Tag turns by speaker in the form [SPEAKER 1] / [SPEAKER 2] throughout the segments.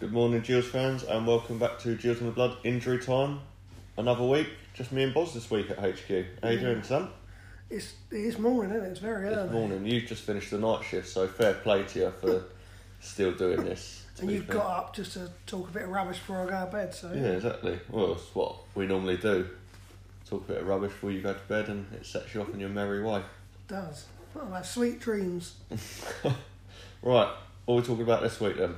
[SPEAKER 1] Good morning, Gills fans, and welcome back to Gills in the Blood Injury Time. Another week, just me and Boz this week at HQ. How you doing, son?
[SPEAKER 2] It's it's morning, isn't it? It's very
[SPEAKER 1] Good
[SPEAKER 2] early.
[SPEAKER 1] morning. You've just finished the night shift, so fair play to you for still doing this. to
[SPEAKER 2] And
[SPEAKER 1] be
[SPEAKER 2] you've
[SPEAKER 1] fair.
[SPEAKER 2] got up just to talk a bit of rubbish before I go to bed, so
[SPEAKER 1] Yeah, exactly. Well, it's what we normally do. Talk a bit of rubbish before you go to bed, and it sets you off on your merry way.
[SPEAKER 2] it does. I'll have sweet dreams. Do
[SPEAKER 1] Right, what are we talking about this week then?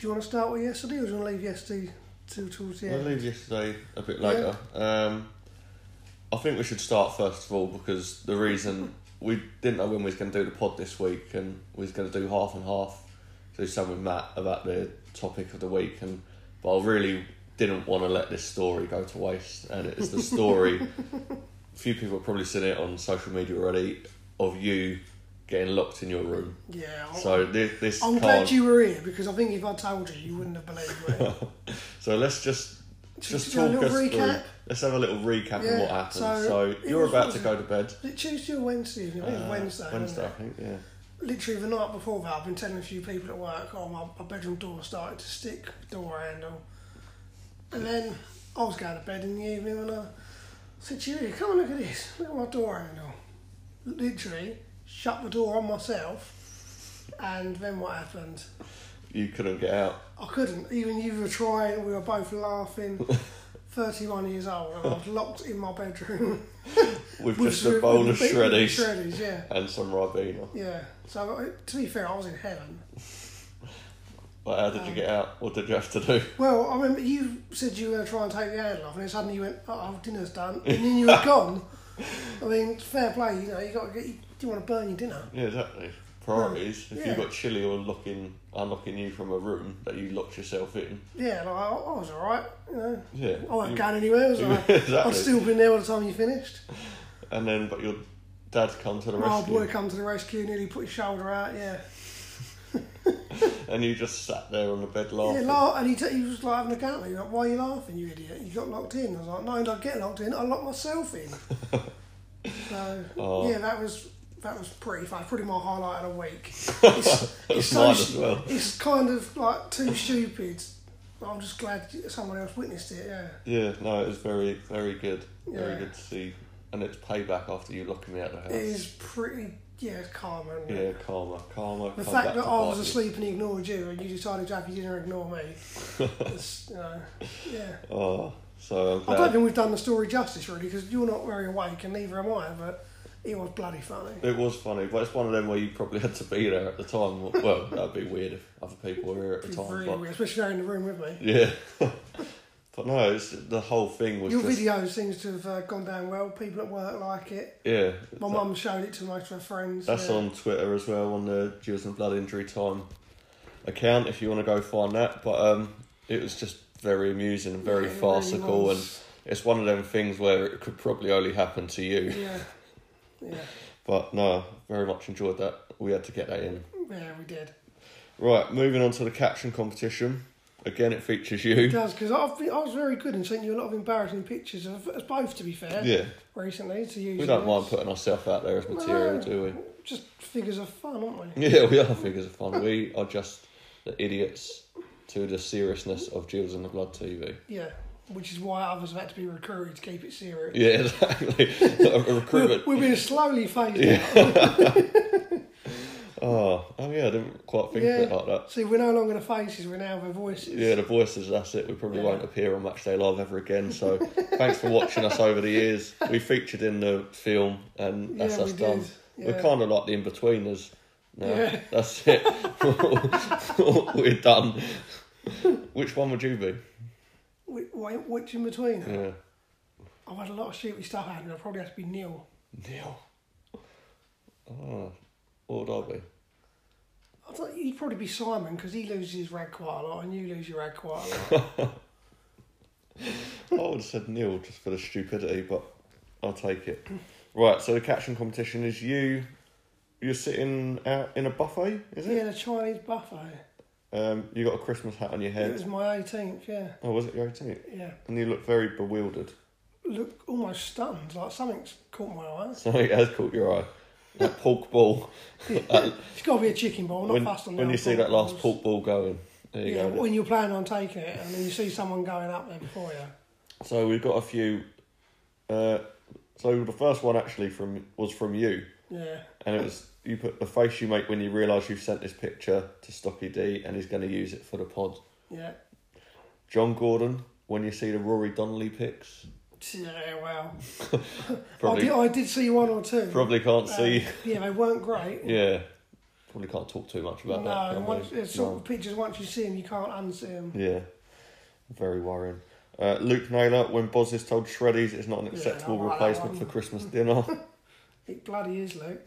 [SPEAKER 2] you want to start with yesterday or do you want to leave yesterday till towards the
[SPEAKER 1] I'll
[SPEAKER 2] end?
[SPEAKER 1] leave yesterday a bit later. Um, I think we should start first of all because the reason we didn't know when we was going to do the pod this week and we was going to do half and half, do some with Matt about the topic of the week, and but I really didn't want to let this story go to waste, and it's the story. few people have probably seen it on social media already of you getting locked in your room.
[SPEAKER 2] Yeah. I-
[SPEAKER 1] So this this
[SPEAKER 2] Oh. I'm
[SPEAKER 1] can't-
[SPEAKER 2] glad you were here because I think if I told you, you wouldn't have believed me.
[SPEAKER 1] so let's just
[SPEAKER 2] Just
[SPEAKER 1] just
[SPEAKER 2] do a
[SPEAKER 1] talk us
[SPEAKER 2] little recap.
[SPEAKER 1] through. Let's have a little recap of
[SPEAKER 2] Yeah,
[SPEAKER 1] what happened. So,
[SPEAKER 2] so it
[SPEAKER 1] you're
[SPEAKER 2] was-
[SPEAKER 1] about to go to bed.
[SPEAKER 2] Was it Tuesday or Wednesday? evening? I think
[SPEAKER 1] Uh,
[SPEAKER 2] it was Wednesday. wasn't
[SPEAKER 1] Wednesday, I
[SPEAKER 2] it?
[SPEAKER 1] think. Yeah.
[SPEAKER 2] Literally the night before that, I've been telling a few people at work, oh, my, my bedroom door started to stick, door handle. And then I was going to bed in the evening and I said to you, come and look at this, look at my door handle. Literally shut the door on myself and then what happened?
[SPEAKER 1] You couldn't get out.
[SPEAKER 2] I couldn't, even you were trying, we were both laughing. 31 years old and I was locked in my bedroom.
[SPEAKER 1] With
[SPEAKER 2] with
[SPEAKER 1] just
[SPEAKER 2] shred-
[SPEAKER 1] a bowl
[SPEAKER 2] with
[SPEAKER 1] of
[SPEAKER 2] big-
[SPEAKER 1] shreddies
[SPEAKER 2] Shreddies, yeah.
[SPEAKER 1] and some ribena.
[SPEAKER 2] Yeah. So uh, to be fair, I was in heaven.
[SPEAKER 1] But how did you get out? What did you have to do?
[SPEAKER 2] Well, I remember you said you were going to try and take the handle off, and then suddenly you went, "Oh, dinner's done," and then you were gone. I mean, fair play. You know, you got to get. You, do want to burn your dinner?
[SPEAKER 1] Yeah, exactly. Priorities. If
[SPEAKER 2] Yeah.
[SPEAKER 1] you've got chili or locking, unlocking you from a room that you locked yourself in.
[SPEAKER 2] Yeah, like, I, I was all right. You know,
[SPEAKER 1] Yeah.
[SPEAKER 2] Oh, I wasn't
[SPEAKER 1] you-
[SPEAKER 2] going anywhere. Was I?
[SPEAKER 1] Mm. Exactly.
[SPEAKER 2] I'd still been there by the time you finished.
[SPEAKER 1] and then, but your dad come to the
[SPEAKER 2] My old
[SPEAKER 1] rescue,
[SPEAKER 2] Oh, boy come to the rescue, nearly put his shoulder out. Yeah,
[SPEAKER 1] and you just sat there on the bed
[SPEAKER 2] yeah.
[SPEAKER 1] laughing.
[SPEAKER 2] Laugh, and he, t- he was like having a go at me. Like, why are you laughing, you idiot? You got locked in. I was like, no, I don't get locked in. I locked myself in. so
[SPEAKER 1] Oh.
[SPEAKER 2] yeah, that was that was pretty fun. Probably my highlight of the week. It's, it's so
[SPEAKER 1] mine
[SPEAKER 2] sh-
[SPEAKER 1] as well.
[SPEAKER 2] It's kind of like too stupid. I'm just glad someone else witnessed it. Yeah,
[SPEAKER 1] Yeah, no, it was very, very good. Very
[SPEAKER 2] Yeah.
[SPEAKER 1] good to see. And it's payback after you locking me out of the house.
[SPEAKER 2] it is pretty. Yeah, it's calm and
[SPEAKER 1] Yeah, karma. Karma.
[SPEAKER 2] The
[SPEAKER 1] come
[SPEAKER 2] fact
[SPEAKER 1] back
[SPEAKER 2] that
[SPEAKER 1] to
[SPEAKER 2] I
[SPEAKER 1] bite
[SPEAKER 2] was
[SPEAKER 1] you.
[SPEAKER 2] asleep and he ignored you, and you decided to have your dinner and ignore me. It's, you know, yeah.
[SPEAKER 1] Oh, so I'm
[SPEAKER 2] I don't
[SPEAKER 1] glad.
[SPEAKER 2] think we've done the story justice, really, because you're not very awake, and neither am I. But it was bloody funny.
[SPEAKER 1] It was funny, but it's one of them where you probably had to be there at the time. Well, that'd be weird if other people were here at the
[SPEAKER 2] It
[SPEAKER 1] time.
[SPEAKER 2] was really
[SPEAKER 1] but,
[SPEAKER 2] weird, especially there in the room with me.
[SPEAKER 1] Yeah. but no, it's, the whole thing was
[SPEAKER 2] Your
[SPEAKER 1] just.
[SPEAKER 2] video seems to have uh, gone down well. People at work like it.
[SPEAKER 1] Yeah.
[SPEAKER 2] My
[SPEAKER 1] that-
[SPEAKER 2] mum showed it to most of her friends.
[SPEAKER 1] That's
[SPEAKER 2] yeah.
[SPEAKER 1] on Twitter as well on the Jules and Blood Injury Time account if you want to go find that. But um, it was just very amusing and very
[SPEAKER 2] Yeah, it really
[SPEAKER 1] farcical, and
[SPEAKER 2] was.
[SPEAKER 1] it's one of them things where it could probably only happen to you.
[SPEAKER 2] Yeah, yeah,
[SPEAKER 1] But no, very much enjoyed that. We had to get that in.
[SPEAKER 2] yeah, we did.
[SPEAKER 1] Right, moving on to the caption competition. Again, it features
[SPEAKER 2] It
[SPEAKER 1] you.
[SPEAKER 2] does because I've been, I was very good and sent you a lot of embarrassing pictures of us both. To be fair,
[SPEAKER 1] Yeah,
[SPEAKER 2] recently to use.
[SPEAKER 1] we don't
[SPEAKER 2] as-
[SPEAKER 1] mind putting ourselves out there as material,
[SPEAKER 2] No.
[SPEAKER 1] do
[SPEAKER 2] Just figures of fun, aren't we?
[SPEAKER 1] we? Yeah, we are figures of fun. We are just the idiots to the seriousness of Jules and the Blood TV.
[SPEAKER 2] Yeah, which is why others have had to be recruited to keep it serious.
[SPEAKER 1] Yeah, exactly. A
[SPEAKER 2] We're,
[SPEAKER 1] recruitment.
[SPEAKER 2] we're being slowly phased out.
[SPEAKER 1] Oh, oh yeah, I didn't quite think of it
[SPEAKER 2] Yeah.
[SPEAKER 1] like that.
[SPEAKER 2] See, we're no longer the faces, we're now the voices.
[SPEAKER 1] Yeah, the voices, that's it. We probably
[SPEAKER 2] Yeah.
[SPEAKER 1] won't appear on Matchday Live ever again. So thanks for watching us over the years. We featured in the film and that's
[SPEAKER 2] Yeah,
[SPEAKER 1] us
[SPEAKER 2] we
[SPEAKER 1] done.
[SPEAKER 2] did.
[SPEAKER 1] We're
[SPEAKER 2] Yeah.
[SPEAKER 1] kind of like the in-betweeners now.
[SPEAKER 2] Yeah.
[SPEAKER 1] That's it. We're done. Which one would you be?
[SPEAKER 2] Wh- wh- Which in between?
[SPEAKER 1] Yeah.
[SPEAKER 2] I've had a lot of shitty stuff happen. I probably have to be Neil.
[SPEAKER 1] Neil. Oh, what would I be?
[SPEAKER 2] I thought he'd probably be Simon because he loses his rag quite a lot, and you lose your rag quite a lot.
[SPEAKER 1] I would have said Neil just for the stupidity, but I'll take it. Right, so the catching competition is you. You're sitting out in a buffet, is
[SPEAKER 2] yeah,
[SPEAKER 1] it?
[SPEAKER 2] the Chinese buffet.
[SPEAKER 1] Um, you got a Christmas hat on your
[SPEAKER 2] It
[SPEAKER 1] head.
[SPEAKER 2] was my 18th. Yeah,
[SPEAKER 1] Oh, was it your 18th?
[SPEAKER 2] yeah.
[SPEAKER 1] And you look very bewildered.
[SPEAKER 2] Look, almost stunned. Like something's caught my eye.
[SPEAKER 1] So it has caught your eye. That pork ball.
[SPEAKER 2] It's got to be a chicken ball, not
[SPEAKER 1] when
[SPEAKER 2] fast on
[SPEAKER 1] when
[SPEAKER 2] the
[SPEAKER 1] you
[SPEAKER 2] old
[SPEAKER 1] see that
[SPEAKER 2] pork
[SPEAKER 1] last
[SPEAKER 2] balls.
[SPEAKER 1] pork ball going, There you
[SPEAKER 2] Yeah,
[SPEAKER 1] go.
[SPEAKER 2] when you're planning on taking it, and then you see someone going up there before you.
[SPEAKER 1] So we've got a few. Uh, so the first one actually from was from you,
[SPEAKER 2] Yeah,
[SPEAKER 1] and it was you put the face you make when you realise you've sent this picture to Stocky D, and he's going to use it for the pod.
[SPEAKER 2] yeah,
[SPEAKER 1] John Gordon, when you see the Rory Donnelly pics,
[SPEAKER 2] yeah. Well, I
[SPEAKER 1] probably
[SPEAKER 2] did. I did see one or two.
[SPEAKER 1] probably can't
[SPEAKER 2] Oh, Uh,
[SPEAKER 1] see.
[SPEAKER 2] Yeah, they weren't great.
[SPEAKER 1] Yeah, probably can't talk too much about that.
[SPEAKER 2] no,
[SPEAKER 1] can
[SPEAKER 2] and
[SPEAKER 1] we?
[SPEAKER 2] once, it's sort
[SPEAKER 1] No.
[SPEAKER 2] of pictures. Once you see them, you can't unsee them.
[SPEAKER 1] Yeah, very worrying. Uh, Luke Naylor, when Boz is told Shreddies is not an acceptable
[SPEAKER 2] I like that
[SPEAKER 1] replacement
[SPEAKER 2] one.
[SPEAKER 1] for Christmas dinner.
[SPEAKER 2] It bloody is, Luke.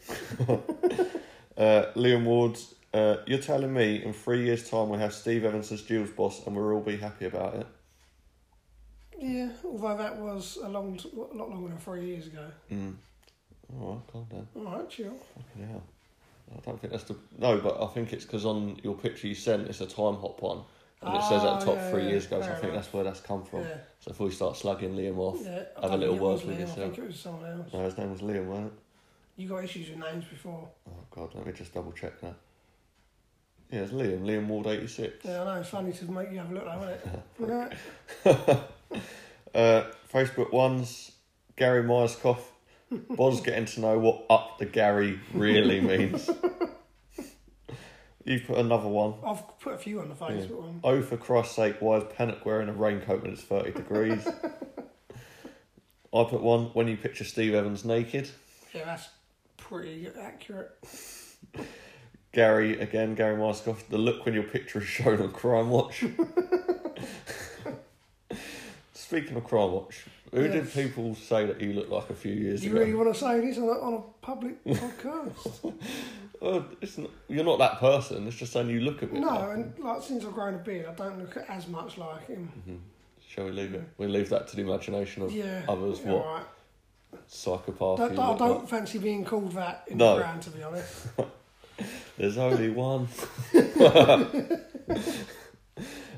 [SPEAKER 1] Uh, Liam Ward, uh, you're telling me in three years' time we'll have Steve Evans as Jules boss and we'll all be happy about it.
[SPEAKER 2] Yeah, although that was a long, t- a lot longer than three years ago.
[SPEAKER 1] Mm. All right, calm down.
[SPEAKER 2] All right, chill.
[SPEAKER 1] Fucking hell. I don't think that's the. No, but I think it's because on your picture you sent, it's a time hop one. And it says at the
[SPEAKER 2] Ah,
[SPEAKER 1] top
[SPEAKER 2] yeah,
[SPEAKER 1] three
[SPEAKER 2] yeah,
[SPEAKER 1] years ago, so I
[SPEAKER 2] fair
[SPEAKER 1] think
[SPEAKER 2] enough.
[SPEAKER 1] that's where that's come from.
[SPEAKER 2] Yeah,
[SPEAKER 1] So before we start slugging Liam off,
[SPEAKER 2] yeah. I
[SPEAKER 1] have a little
[SPEAKER 2] don't think it
[SPEAKER 1] word
[SPEAKER 2] was
[SPEAKER 1] with
[SPEAKER 2] Liam, I
[SPEAKER 1] yourself.
[SPEAKER 2] think it was someone else.
[SPEAKER 1] No, his name was Liam, wasn't it?
[SPEAKER 2] You got issues with names before.
[SPEAKER 1] Oh, God, let me just double check that. Yeah, it's Liam. Liam Ward, 86.
[SPEAKER 2] Yeah, I know. It's funny to make you have a look, though, isn't it?
[SPEAKER 1] Uh, Facebook ones, Gary Myerscoff. Boz getting to know what up the Gary really means. You've put another one.
[SPEAKER 2] yeah. I've put a few on the Facebook one.
[SPEAKER 1] Oh, for Christ's sake, why is Panic wearing a raincoat when it's 30 degrees? I put one when you picture Steve Evans naked.
[SPEAKER 2] Yeah, that's pretty accurate.
[SPEAKER 1] Gary, again, Gary Myerscoff, the look when your picture is shown on Crime Watch. Speaking of Crime Watch, who did
[SPEAKER 2] Yes.
[SPEAKER 1] people say that you look like a few years
[SPEAKER 2] Do you
[SPEAKER 1] ago?
[SPEAKER 2] really want to say this on a, on a public podcast?
[SPEAKER 1] Well, Oh, it's not, you're not that person. It's just saying you look a bit.
[SPEAKER 2] no,
[SPEAKER 1] like
[SPEAKER 2] and like since I've grown a beard, I don't look as much like him.
[SPEAKER 1] Shall we leave it? We leave that to the imagination of
[SPEAKER 2] Yeah,
[SPEAKER 1] others.
[SPEAKER 2] yeah,
[SPEAKER 1] what
[SPEAKER 2] right.
[SPEAKER 1] psychopath?
[SPEAKER 2] Don't,
[SPEAKER 1] you
[SPEAKER 2] I
[SPEAKER 1] look
[SPEAKER 2] don't
[SPEAKER 1] like.
[SPEAKER 2] fancy being called that in
[SPEAKER 1] No.
[SPEAKER 2] the ground, to be honest.
[SPEAKER 1] There's only one.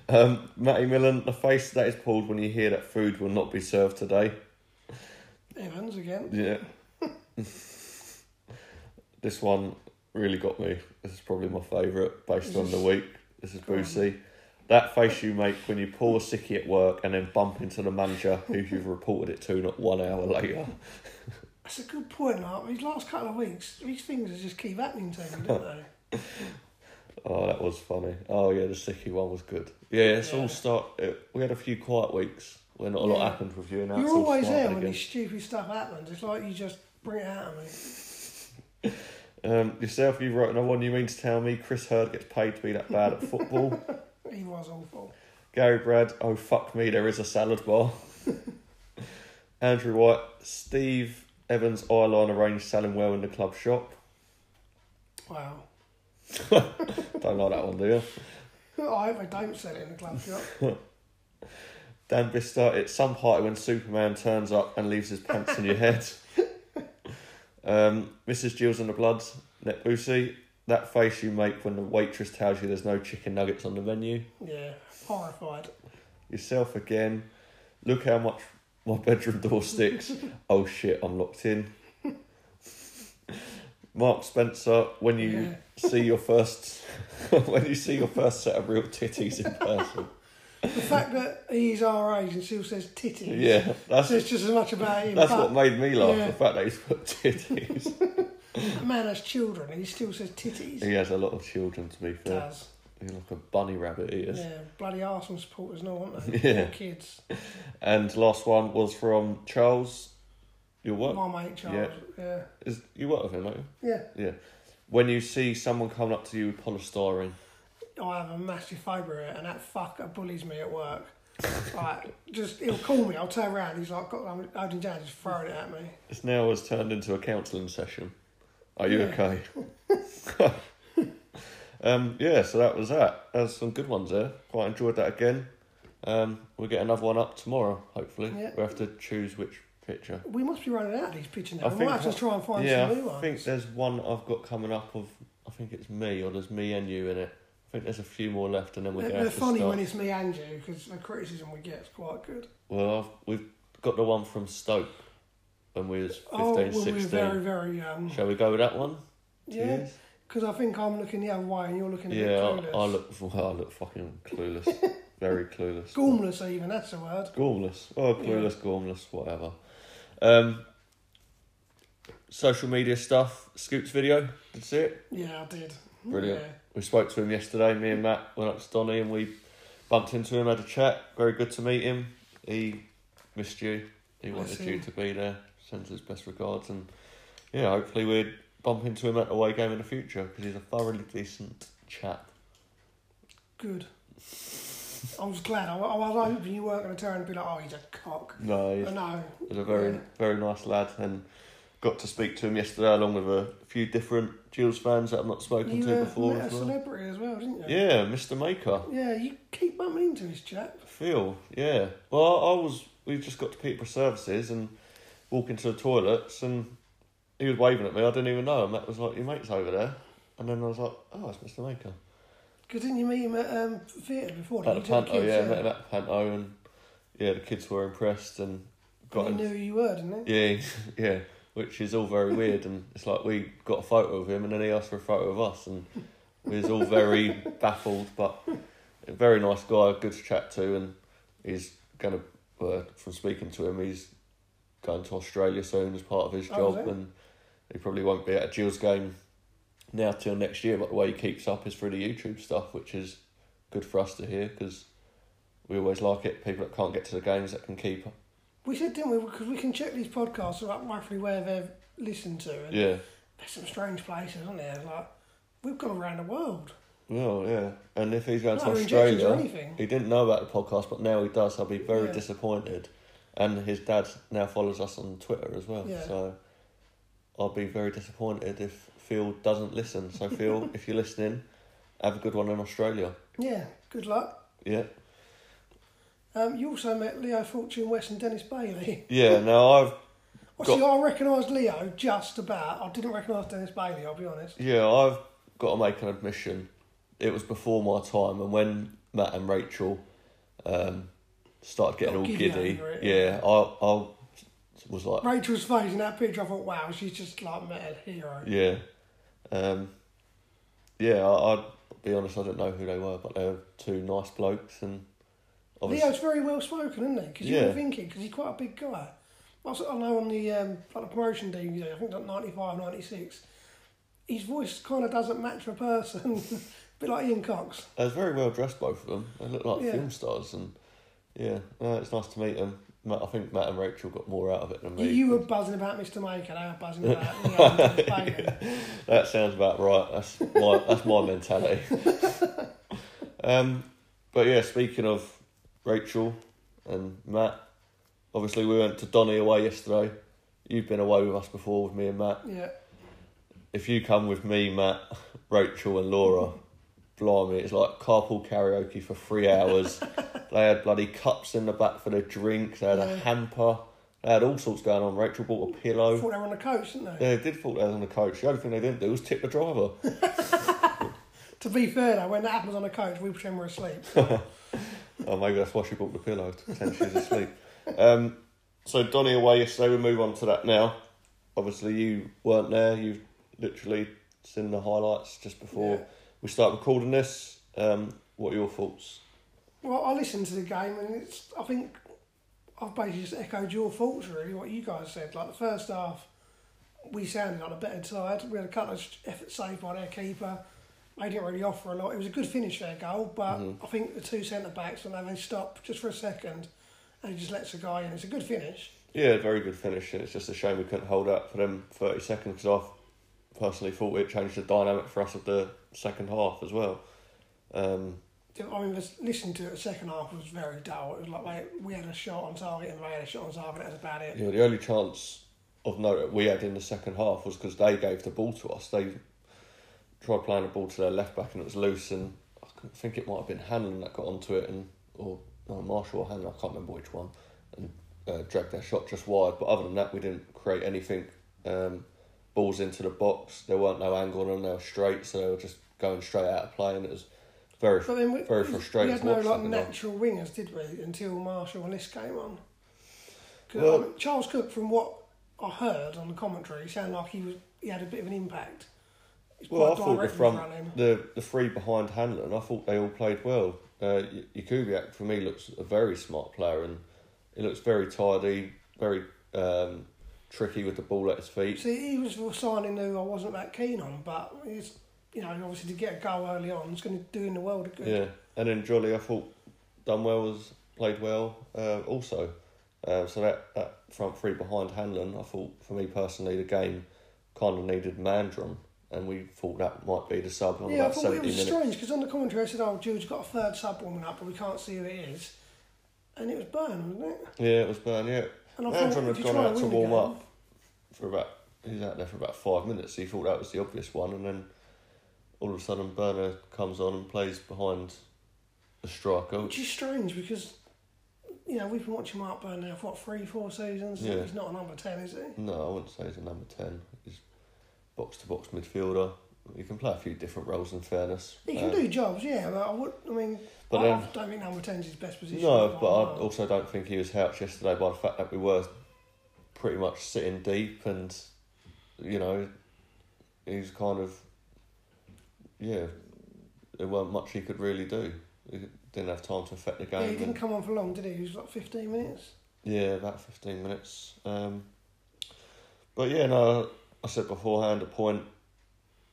[SPEAKER 1] um, Matty Millen, the face that is pulled when you hear that food will not be served today.
[SPEAKER 2] Evans again.
[SPEAKER 1] Yeah. this one really got me. This is probably my favourite based
[SPEAKER 2] Is
[SPEAKER 1] on the
[SPEAKER 2] this-
[SPEAKER 1] week. This is
[SPEAKER 2] Go on.
[SPEAKER 1] Boosie. That face you make when you pull a sickie at work and then bump into the manager who you've reported it to not one hour later.
[SPEAKER 2] That's a good point, Mark. These last couple of weeks, these things just keep happening to me, don't they?
[SPEAKER 1] Oh, that was funny. Oh, yeah, the sickie one was good. Yeah, it's
[SPEAKER 2] Yeah.
[SPEAKER 1] all start. It, we had a few quiet weeks where not a lot
[SPEAKER 2] Yeah.
[SPEAKER 1] happened with you. And now
[SPEAKER 2] You're
[SPEAKER 1] it's all
[SPEAKER 2] always
[SPEAKER 1] started
[SPEAKER 2] there when
[SPEAKER 1] again.
[SPEAKER 2] this stupid stuff happens. It's like you just bring it out of me.
[SPEAKER 1] Um, yourself, you wrote another one. You mean to tell me Chris Hurd gets paid to be that bad at football?
[SPEAKER 2] He was awful.
[SPEAKER 1] Gary Brad, oh fuck me, there is a salad bar. Andrew White, Steve Evans eyeliner range selling well in the club shop.
[SPEAKER 2] Wow.
[SPEAKER 1] Don't like that one, do you?
[SPEAKER 2] I hope I don't sell it in the club shop.
[SPEAKER 1] Dan Bister, it's some party when Superman turns up and leaves his pants in your head. Um, Mrs. Jules and the Bloods, Net Boosie, that face you make when the waitress tells you there's no chicken nuggets on the menu.
[SPEAKER 2] Yeah, horrified.
[SPEAKER 1] Yourself again, look how much my bedroom door sticks. oh shit, I'm locked in. Mark Spencer, when you
[SPEAKER 2] Yeah.
[SPEAKER 1] see your first when you see your first set of real titties in person.
[SPEAKER 2] The fact that he's our age and still says titties.
[SPEAKER 1] Yeah, that's
[SPEAKER 2] Says just as much about him.
[SPEAKER 1] That's what
[SPEAKER 2] but
[SPEAKER 1] made me laugh.
[SPEAKER 2] Yeah.
[SPEAKER 1] The fact that he's put titties.
[SPEAKER 2] a man has children and he still says titties.
[SPEAKER 1] he has a lot of children, to be fair.
[SPEAKER 2] Does.
[SPEAKER 1] He's like a bunny rabbit, he is.
[SPEAKER 2] Yeah, bloody Arsenal supporters, no, aren't they?
[SPEAKER 1] Yeah.
[SPEAKER 2] Poor Kids.
[SPEAKER 1] And last one was from Charles. Your work
[SPEAKER 2] My mate Charles. Yeah.
[SPEAKER 1] is you work with him, don't you?
[SPEAKER 2] yeah.
[SPEAKER 1] When you see someone coming up to you with polystyrene,
[SPEAKER 2] I have a massive phobia of it, and that fucker bullies me at work. like, just he'll call me. I'll turn around. He's like, "God, I'm holding down, just throwing it at me."
[SPEAKER 1] This now has turned into a counselling session. Are you
[SPEAKER 2] Yeah.
[SPEAKER 1] okay? um, yeah, so that was that. There's some good ones there. Quite enjoyed that again. Um, we'll get another one up tomorrow, hopefully.
[SPEAKER 2] Yeah.
[SPEAKER 1] We have to choose which picture.
[SPEAKER 2] We must be running out of these pictures
[SPEAKER 1] I
[SPEAKER 2] now. We
[SPEAKER 1] think
[SPEAKER 2] might have
[SPEAKER 1] what-
[SPEAKER 2] to try and find
[SPEAKER 1] yeah,
[SPEAKER 2] some new
[SPEAKER 1] I
[SPEAKER 2] ones.
[SPEAKER 1] think there's one I've got coming up of, I think it's me, or there's me and you in it. I think there's a few more left, and then we're
[SPEAKER 2] they're,
[SPEAKER 1] going
[SPEAKER 2] they're
[SPEAKER 1] to
[SPEAKER 2] funny
[SPEAKER 1] start.
[SPEAKER 2] when it's me and you because the criticism we get is quite good.
[SPEAKER 1] Well, I've, we've got the one from Stoke when we was 15,
[SPEAKER 2] oh, well,
[SPEAKER 1] 16.
[SPEAKER 2] we're very, very young.
[SPEAKER 1] Shall we go with that one?
[SPEAKER 2] Yeah,
[SPEAKER 1] Yes.
[SPEAKER 2] Because I think I'm looking the other way and you're looking a bit
[SPEAKER 1] Yeah, I,
[SPEAKER 2] clueless.
[SPEAKER 1] I look. well, I look fucking clueless. Very clueless.
[SPEAKER 2] Gormless, even, that's the word.
[SPEAKER 1] Gormless. Oh,
[SPEAKER 2] Yeah.
[SPEAKER 1] clueless, gormless, whatever. Um, social media stuff. Scoops video. That's it.
[SPEAKER 2] Yeah, I did.
[SPEAKER 1] Brilliant. We spoke to him yesterday. Me and Matt went up to Donny and we bumped into him, had a chat. Very good to meet him. He missed you. He
[SPEAKER 2] Bless
[SPEAKER 1] wanted
[SPEAKER 2] him.
[SPEAKER 1] you to be there. Sends his best regards and yeah, hopefully we'd bump into him at the away game in the future because he's a thoroughly decent chap.
[SPEAKER 2] Good. I was glad. I, I was hoping you weren't going to turn and be like, oh, he's a cock.
[SPEAKER 1] No, he's
[SPEAKER 2] But no.
[SPEAKER 1] He's a very,
[SPEAKER 2] Yeah.
[SPEAKER 1] very nice lad, and got to speak to him yesterday along with a few different Jules fans that I've not spoken
[SPEAKER 2] You
[SPEAKER 1] to
[SPEAKER 2] uh,
[SPEAKER 1] before
[SPEAKER 2] met
[SPEAKER 1] as
[SPEAKER 2] a
[SPEAKER 1] well.
[SPEAKER 2] celebrity as well, didn't you?
[SPEAKER 1] Yeah, Mr. Maker,
[SPEAKER 2] Yeah, you keep bumping into this chap.
[SPEAKER 1] Phil. Yeah. Well, I, I was. We just got to Peterborough Services and walk into the toilets, and he was waving at me. I didn't even know him. That was like your mate's over there, and then I was like, oh, it's Mr. Maker.
[SPEAKER 2] Because didn't you meet him at um, theatre before?
[SPEAKER 1] At the
[SPEAKER 2] didn't you, to the
[SPEAKER 1] panto,
[SPEAKER 2] kids,
[SPEAKER 1] yeah, met him at the panto, and yeah, the kids were impressed and got him
[SPEAKER 2] And he knew who you were, didn't he?
[SPEAKER 1] Yeah, yeah, which is all very weird, and it's like we got a photo of him, and then he asked for a photo of us, and we was all very baffled, but a very nice guy, good to chat to, and he's gonna uh, from speaking to him, he's going to Australia soon as part of his
[SPEAKER 2] Oh, is
[SPEAKER 1] job,
[SPEAKER 2] he?
[SPEAKER 1] and he probably won't be at a Jill's game now till next year. But the way he keeps up is through the YouTube stuff, which is good for us to hear because we always like it. People that can't get to the games that can keep up.
[SPEAKER 2] We said, didn't we? Because we can check these podcasts about roughly where they're listened to. And
[SPEAKER 1] Yeah.
[SPEAKER 2] There's some strange places, aren't there? Like, we've gone around the world.
[SPEAKER 1] Well, yeah. And if he's going to
[SPEAKER 2] No injections or
[SPEAKER 1] Australia,
[SPEAKER 2] anything.
[SPEAKER 1] he didn't know about the podcast, but now he does. I'll be very
[SPEAKER 2] Yeah.
[SPEAKER 1] disappointed. And his dad now follows us on Twitter as well.
[SPEAKER 2] Yeah.
[SPEAKER 1] So I'll be very disappointed if Phil doesn't listen. So, Phil, if you're listening, have a good one in Australia.
[SPEAKER 2] Yeah, good luck.
[SPEAKER 1] Yeah.
[SPEAKER 2] Um, you also met Leo Fortune West and Dennis Bailey.
[SPEAKER 1] Yeah, now I've.
[SPEAKER 2] Well,
[SPEAKER 1] Got-
[SPEAKER 2] see, I recognised Leo just about. I didn't recognise Dennis Bailey, I'll be honest.
[SPEAKER 1] Yeah, I've got to make an admission. It was before my time, and when Matt and Rachel um, started getting
[SPEAKER 2] Got
[SPEAKER 1] all
[SPEAKER 2] giddy
[SPEAKER 1] giddy,
[SPEAKER 2] over it.
[SPEAKER 1] yeah, I, I was like,
[SPEAKER 2] Rachel's face in that picture, I thought, wow, she's just like met a hero.
[SPEAKER 1] Yeah. Um, yeah, I, I'd be honest, I didn't know who they were, but they were two nice blokes and obviously.
[SPEAKER 2] Leo's very well spoken, isn't he? Because you
[SPEAKER 1] Yeah.
[SPEAKER 2] were thinking, because he's quite a big guy. Also, I know on the, um, like the promotion DVD, I think like 95, 96, his voice kind of doesn't match a person. a bit like Ian Cox.
[SPEAKER 1] They were very well dressed, both of them. They looked like
[SPEAKER 2] Yeah.
[SPEAKER 1] film stars and yeah, no, it's nice to meet them. Matt, I think Matt and Rachel got more out of it than
[SPEAKER 2] You,
[SPEAKER 1] me.
[SPEAKER 2] you were buzzing about Mr. Maker, they were buzzing about Leo and Dennis Bailey.
[SPEAKER 1] That sounds about right. That's my that's my mentality. um, but yeah, speaking of Rachel and Matt, obviously we went to Donny away yesterday. You've been away with us before with me and Matt.
[SPEAKER 2] Yeah.
[SPEAKER 1] if you come with me, Matt, Rachel, and Laura, blimey, it's like carpool karaoke for three hours. they had bloody cups in the back for the drinks. They had a
[SPEAKER 2] Yeah.
[SPEAKER 1] hamper. They had all sorts going on. Rachel bought a pillow.
[SPEAKER 2] I thought they were on the coach, didn't they?
[SPEAKER 1] they did fall down on the coach. The only thing they didn't do was tip the driver.
[SPEAKER 2] To be fair, though, when that happens on the coach, we pretend we're asleep.
[SPEAKER 1] oh, maybe that's why she bought the pillow to pretend she's asleep. Um, so Donny away yesterday. We move on to that now. Obviously, you weren't there. You've literally seen the highlights just before
[SPEAKER 2] Yeah.
[SPEAKER 1] we start recording this. Um, what are your thoughts?
[SPEAKER 2] well, I listened to the game, and it's. I think I've basically just echoed your thoughts, really, what you guys said. Like the first half, we sounded like the better side. We had a couple of efforts saved by their keeper. They didn't really offer a lot. It was a good finish their goal, but I think the two centre backs and they stopped just for a second, and he just lets the guy in. It's a good finish.
[SPEAKER 1] Yeah, very good finish. It's just a shame we couldn't hold out for them 30 seconds because I personally thought it changed the dynamic for us of the second half as well. Um,
[SPEAKER 2] I mean, just listening to it, the second half was very dull. It was like like, we had a shot on target and they had a shot on target. That was about it.
[SPEAKER 1] you know, the only chance of note that we had in the second half was because they gave the ball to us. They tried playing the ball to their left back and it was loose, and I c- think it might have been Hanlon that got onto it, and or no, Marshall or Hanlon, I can't remember which one, and uh, dragged their shot just wide. But other than that, we didn't create anything. Um, balls into the box, there weren't no angle on them, they were straight, so they were just going straight out of play, and it was very,
[SPEAKER 2] But then we,
[SPEAKER 1] very frustrating.
[SPEAKER 2] we had
[SPEAKER 1] to
[SPEAKER 2] no
[SPEAKER 1] watch
[SPEAKER 2] like
[SPEAKER 1] second half.
[SPEAKER 2] natural wingers, did we? Until Marshall and this came on. 'Cause, I
[SPEAKER 1] Well-
[SPEAKER 2] mean, Charles Cook, from what I heard on the commentary, sounded like he was he had a bit of an impact. it's
[SPEAKER 1] Well, I
[SPEAKER 2] quite
[SPEAKER 1] thought the
[SPEAKER 2] direct
[SPEAKER 1] front,
[SPEAKER 2] running.
[SPEAKER 1] the the three behind Hanlon, I thought they all played well. Uh, Y- Yakubiak for me looks a very smart player, and he looks very tidy, very um, tricky with the ball at his feet.
[SPEAKER 2] See, he was a signing who I wasn't that keen on, but he's, you know, obviously to get a goal early on, it's going to do in the world a good.
[SPEAKER 1] Yeah, and then Jolly, I thought done well was played well uh, also. Uh, so that, that front three behind Hanlon, I thought for me personally, the game kind of needed Mandron, and we thought that might be the sub on
[SPEAKER 2] Yeah, I
[SPEAKER 1] about
[SPEAKER 2] thought
[SPEAKER 1] seventy
[SPEAKER 2] it was
[SPEAKER 1] minutes.
[SPEAKER 2] strange because on the commentary I said, "Oh, Jude's got a third sub warming up, but we can't see who it is," and it was Burn, wasn't it?
[SPEAKER 1] Yeah, it was Burn. Yeah,
[SPEAKER 2] And I
[SPEAKER 1] Mandron
[SPEAKER 2] if
[SPEAKER 1] had
[SPEAKER 2] you
[SPEAKER 1] gone
[SPEAKER 2] try
[SPEAKER 1] out
[SPEAKER 2] and
[SPEAKER 1] to
[SPEAKER 2] win the
[SPEAKER 1] warm
[SPEAKER 2] game-
[SPEAKER 1] up for about he was out there for about five minutes. He thought that was the obvious one, and then all of a sudden Burner comes on and plays behind the striker.
[SPEAKER 2] Which is strange because, you know, we've been watching Mark Burn now for what, three, four seasons?
[SPEAKER 1] Yeah.
[SPEAKER 2] He's not a number 10, is he?
[SPEAKER 1] No, I wouldn't say he's a number ten. He's box to box midfielder. He can play a few different roles. In fairness,
[SPEAKER 2] He can
[SPEAKER 1] Um,
[SPEAKER 2] do jobs, yeah, but I would, I mean,
[SPEAKER 1] But
[SPEAKER 2] I
[SPEAKER 1] then-
[SPEAKER 2] don't think number 10 is his best position.
[SPEAKER 1] No, but I
[SPEAKER 2] No.
[SPEAKER 1] also don't think he was helped yesterday by the fact that we were pretty much sitting deep and, you know, he's kind of, yeah, there weren't much he could really do. He didn't have time to affect the
[SPEAKER 2] Yeah,
[SPEAKER 1] game.
[SPEAKER 2] he didn't
[SPEAKER 1] and-
[SPEAKER 2] come on for long, did he? He was like 15 minutes.
[SPEAKER 1] yeah, about 15 minutes. Um, but yeah, no, I said beforehand a point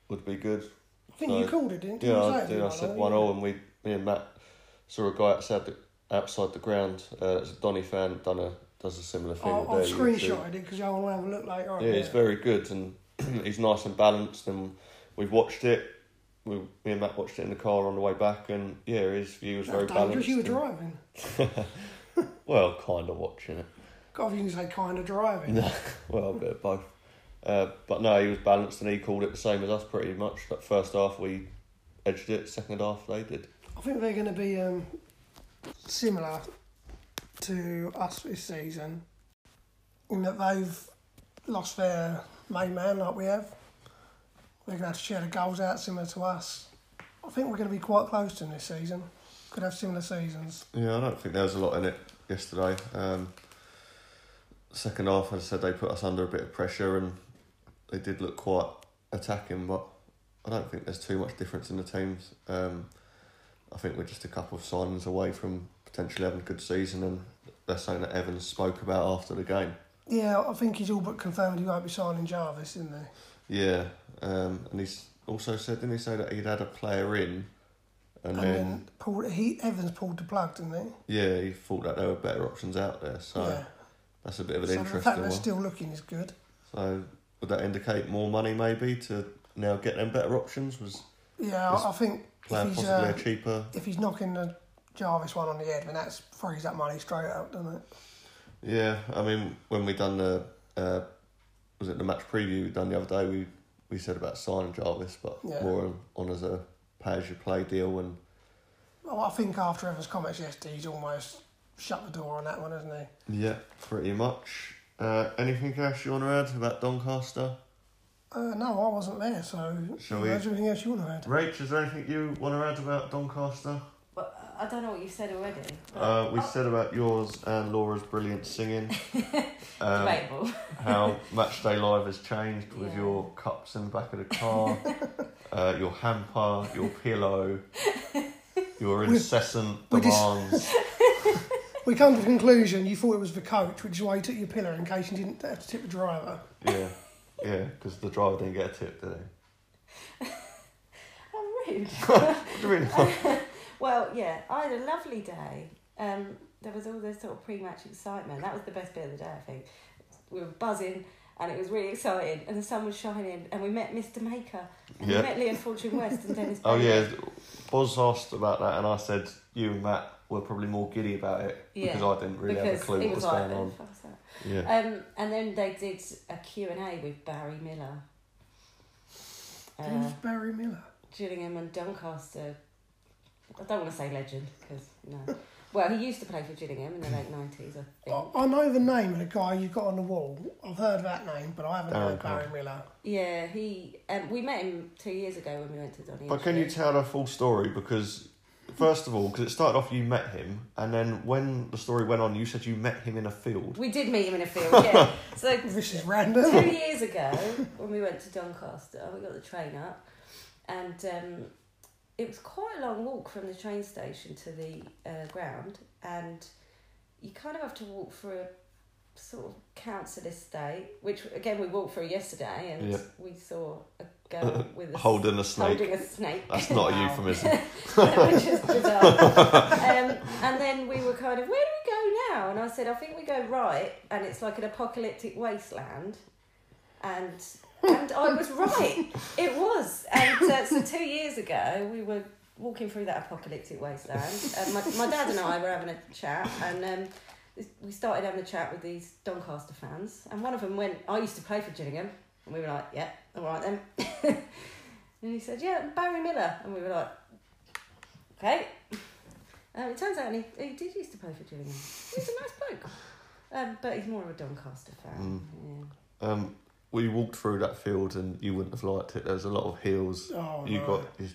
[SPEAKER 1] would be good.
[SPEAKER 2] I think
[SPEAKER 1] No.
[SPEAKER 2] you called it, didn't you?
[SPEAKER 1] Yeah,
[SPEAKER 2] You
[SPEAKER 1] I
[SPEAKER 2] said
[SPEAKER 1] did. I
[SPEAKER 2] one
[SPEAKER 1] said
[SPEAKER 2] all,
[SPEAKER 1] one
[SPEAKER 2] yeah.
[SPEAKER 1] all, and we, me and Matt saw a guy outside the outside the ground. Uh, it's a Donny fan done a does a similar thing.
[SPEAKER 2] I'll,
[SPEAKER 1] with
[SPEAKER 2] I'll
[SPEAKER 1] their YouTube.
[SPEAKER 2] screenshotted it because I want to have a look later on.
[SPEAKER 1] Yeah, he's very good and he's nice and balanced. And we watched it. We, me and Matt watched it in the car on the way back, and yeah, his view was
[SPEAKER 2] That's
[SPEAKER 1] very
[SPEAKER 2] dangerous.
[SPEAKER 1] balanced.
[SPEAKER 2] You were
[SPEAKER 1] and-
[SPEAKER 2] driving.
[SPEAKER 1] well, kind of watching it.
[SPEAKER 2] God, you can say kind of driving.
[SPEAKER 1] No, well, a bit of both. Uh, but no, he was balanced and he called it the same as us pretty much. That first half we edged it, second half they did.
[SPEAKER 2] I think they're going to be um, similar to us this season in that they've lost their main man like we have. They're going to have to share the goals out similar to us. I think we're going to be quite close to them this season. Could have similar seasons.
[SPEAKER 1] Yeah, I don't think there was a lot in it yesterday. Um, second half, as I said, they put us under a bit of pressure and they did look quite attacking, but I don't think there's too much difference in the teams. Um, I think we're just a couple of signings away from potentially having a good season, and that's something that Evans spoke about after the game.
[SPEAKER 2] Yeah, I think he's all but confirmed he won't be signing Jarvis, isn't he?
[SPEAKER 1] Yeah, um, and he's also said, didn't he say that he'd had a player in, and,
[SPEAKER 2] And
[SPEAKER 1] then,
[SPEAKER 2] then Paul, he Evans pulled the plug, didn't he?
[SPEAKER 1] yeah, he thought that there were better options out there. So
[SPEAKER 2] yeah.
[SPEAKER 1] that's a bit of an
[SPEAKER 2] So the
[SPEAKER 1] interesting
[SPEAKER 2] fact
[SPEAKER 1] one.
[SPEAKER 2] they're still looking is good.
[SPEAKER 1] So would that indicate more money maybe to now get them better options? Was
[SPEAKER 2] Yeah,
[SPEAKER 1] Just
[SPEAKER 2] I I think if
[SPEAKER 1] plan
[SPEAKER 2] he's,
[SPEAKER 1] possibly
[SPEAKER 2] uh,
[SPEAKER 1] a cheaper?
[SPEAKER 2] if he's knocking the Jarvis one on the head, then that's frees that money straight up, doesn't it?
[SPEAKER 1] Yeah, I mean when we done the uh, was it the match preview we done the other day we we said about signing Jarvis, but
[SPEAKER 2] Yeah.
[SPEAKER 1] more on, on as a pay as you play deal and
[SPEAKER 2] Well, I think after Evans' comments yesterday, he's almost shut the door on that one, hasn't he?
[SPEAKER 1] yeah, pretty much. Uh, anything else you want to add about Doncaster?
[SPEAKER 2] Uh, no, I wasn't there, so
[SPEAKER 1] Shall
[SPEAKER 2] there's
[SPEAKER 1] we-
[SPEAKER 2] everything else you want to add.
[SPEAKER 1] Rach, is there anything you want to add about Doncaster?
[SPEAKER 3] But uh, I don't know what you said already. but-
[SPEAKER 1] Uh, we
[SPEAKER 3] Oh,
[SPEAKER 1] said about yours and Laura's brilliant singing. Um,
[SPEAKER 3] debatable.
[SPEAKER 1] how Matchday Live has changed with
[SPEAKER 3] Yeah.
[SPEAKER 1] your cups in the back of the car, uh, your hamper, your pillow, your incessant
[SPEAKER 2] we just-
[SPEAKER 1] demands.
[SPEAKER 2] We come to the conclusion you thought it was the coach, which is why you took your pillar in case you didn't have to tip the driver.
[SPEAKER 1] yeah, yeah, because the driver didn't get a tip, did he?
[SPEAKER 3] How rude.
[SPEAKER 1] What do you mean?
[SPEAKER 3] Well, yeah, I had a lovely day. Um, there was all this sort of pre-match excitement. That was the best bit of the day, I think. We were buzzing, and it was really exciting, and the sun was shining, and we met Mr. Maker, and
[SPEAKER 1] Yeah.
[SPEAKER 3] we met Liam Fortune West and Dennis.
[SPEAKER 1] oh
[SPEAKER 3] Bailey.
[SPEAKER 1] yeah, Boz asked about that, and I said you and Matt were probably more giddy about it
[SPEAKER 3] Yeah,
[SPEAKER 1] because I didn't really have
[SPEAKER 3] because
[SPEAKER 1] a clue
[SPEAKER 3] it
[SPEAKER 1] what was
[SPEAKER 3] like,
[SPEAKER 1] going
[SPEAKER 3] "Oh,
[SPEAKER 1] on.
[SPEAKER 3] fuck's that?"
[SPEAKER 1] Yeah,
[SPEAKER 3] Um, and then they did a Q and A with Barry Miller, uh,
[SPEAKER 2] Who's Barry Miller?
[SPEAKER 3] Gillingham and Doncaster. I don't want to say legend because no. Well, he used to play for Gillingham in the late nineties, I think.
[SPEAKER 2] I, I know the name of the guy you got on the wall. I've heard that name, but I haven't
[SPEAKER 1] Darren
[SPEAKER 2] heard Barry
[SPEAKER 1] Clark.
[SPEAKER 2] Miller.
[SPEAKER 3] Yeah, he. Um, we met him two years ago when we went to Donny.
[SPEAKER 1] But can you tell the full story? Because first of all, because it started off you met him, and then when the story went on, you said you met him in a field.
[SPEAKER 3] we did meet him in a field. Yeah. so
[SPEAKER 2] This is
[SPEAKER 3] two
[SPEAKER 2] random.
[SPEAKER 3] years ago, when we went to Doncaster, we got the train up, and um, it was quite a long walk from the train station to the uh, ground, and you kind of have to walk through a sort of council estate, which again we walked through yesterday, and
[SPEAKER 1] Yeah.
[SPEAKER 3] we saw a girl with a
[SPEAKER 1] Holding Uh, a snake.
[SPEAKER 3] holding a snake.
[SPEAKER 1] That's not a
[SPEAKER 3] Wow.
[SPEAKER 1] euphemism.
[SPEAKER 3] which is bizarre. um, and then we were kind of, where do we go now? And I said, I think we go right, and it's like an apocalyptic wasteland. And and I was right. It was. And uh, so two years ago, we were walking through that apocalyptic wasteland. And my, my dad and I were having a chat, and um, this- we started having a chat with these Doncaster fans. And one of them went, I used to play for Gillingham. And we were like, yeah, all right then. and he said, yeah, Barry Miller. And we were like, Okay. Um, it turns out he, he did used to play for Gillingham. He's a nice bloke. Um, but he's more of a Doncaster fan.
[SPEAKER 1] Um, we walked through that field and you wouldn't have liked it. There was a lot of hills.
[SPEAKER 2] Oh,
[SPEAKER 1] you
[SPEAKER 2] no.
[SPEAKER 1] got your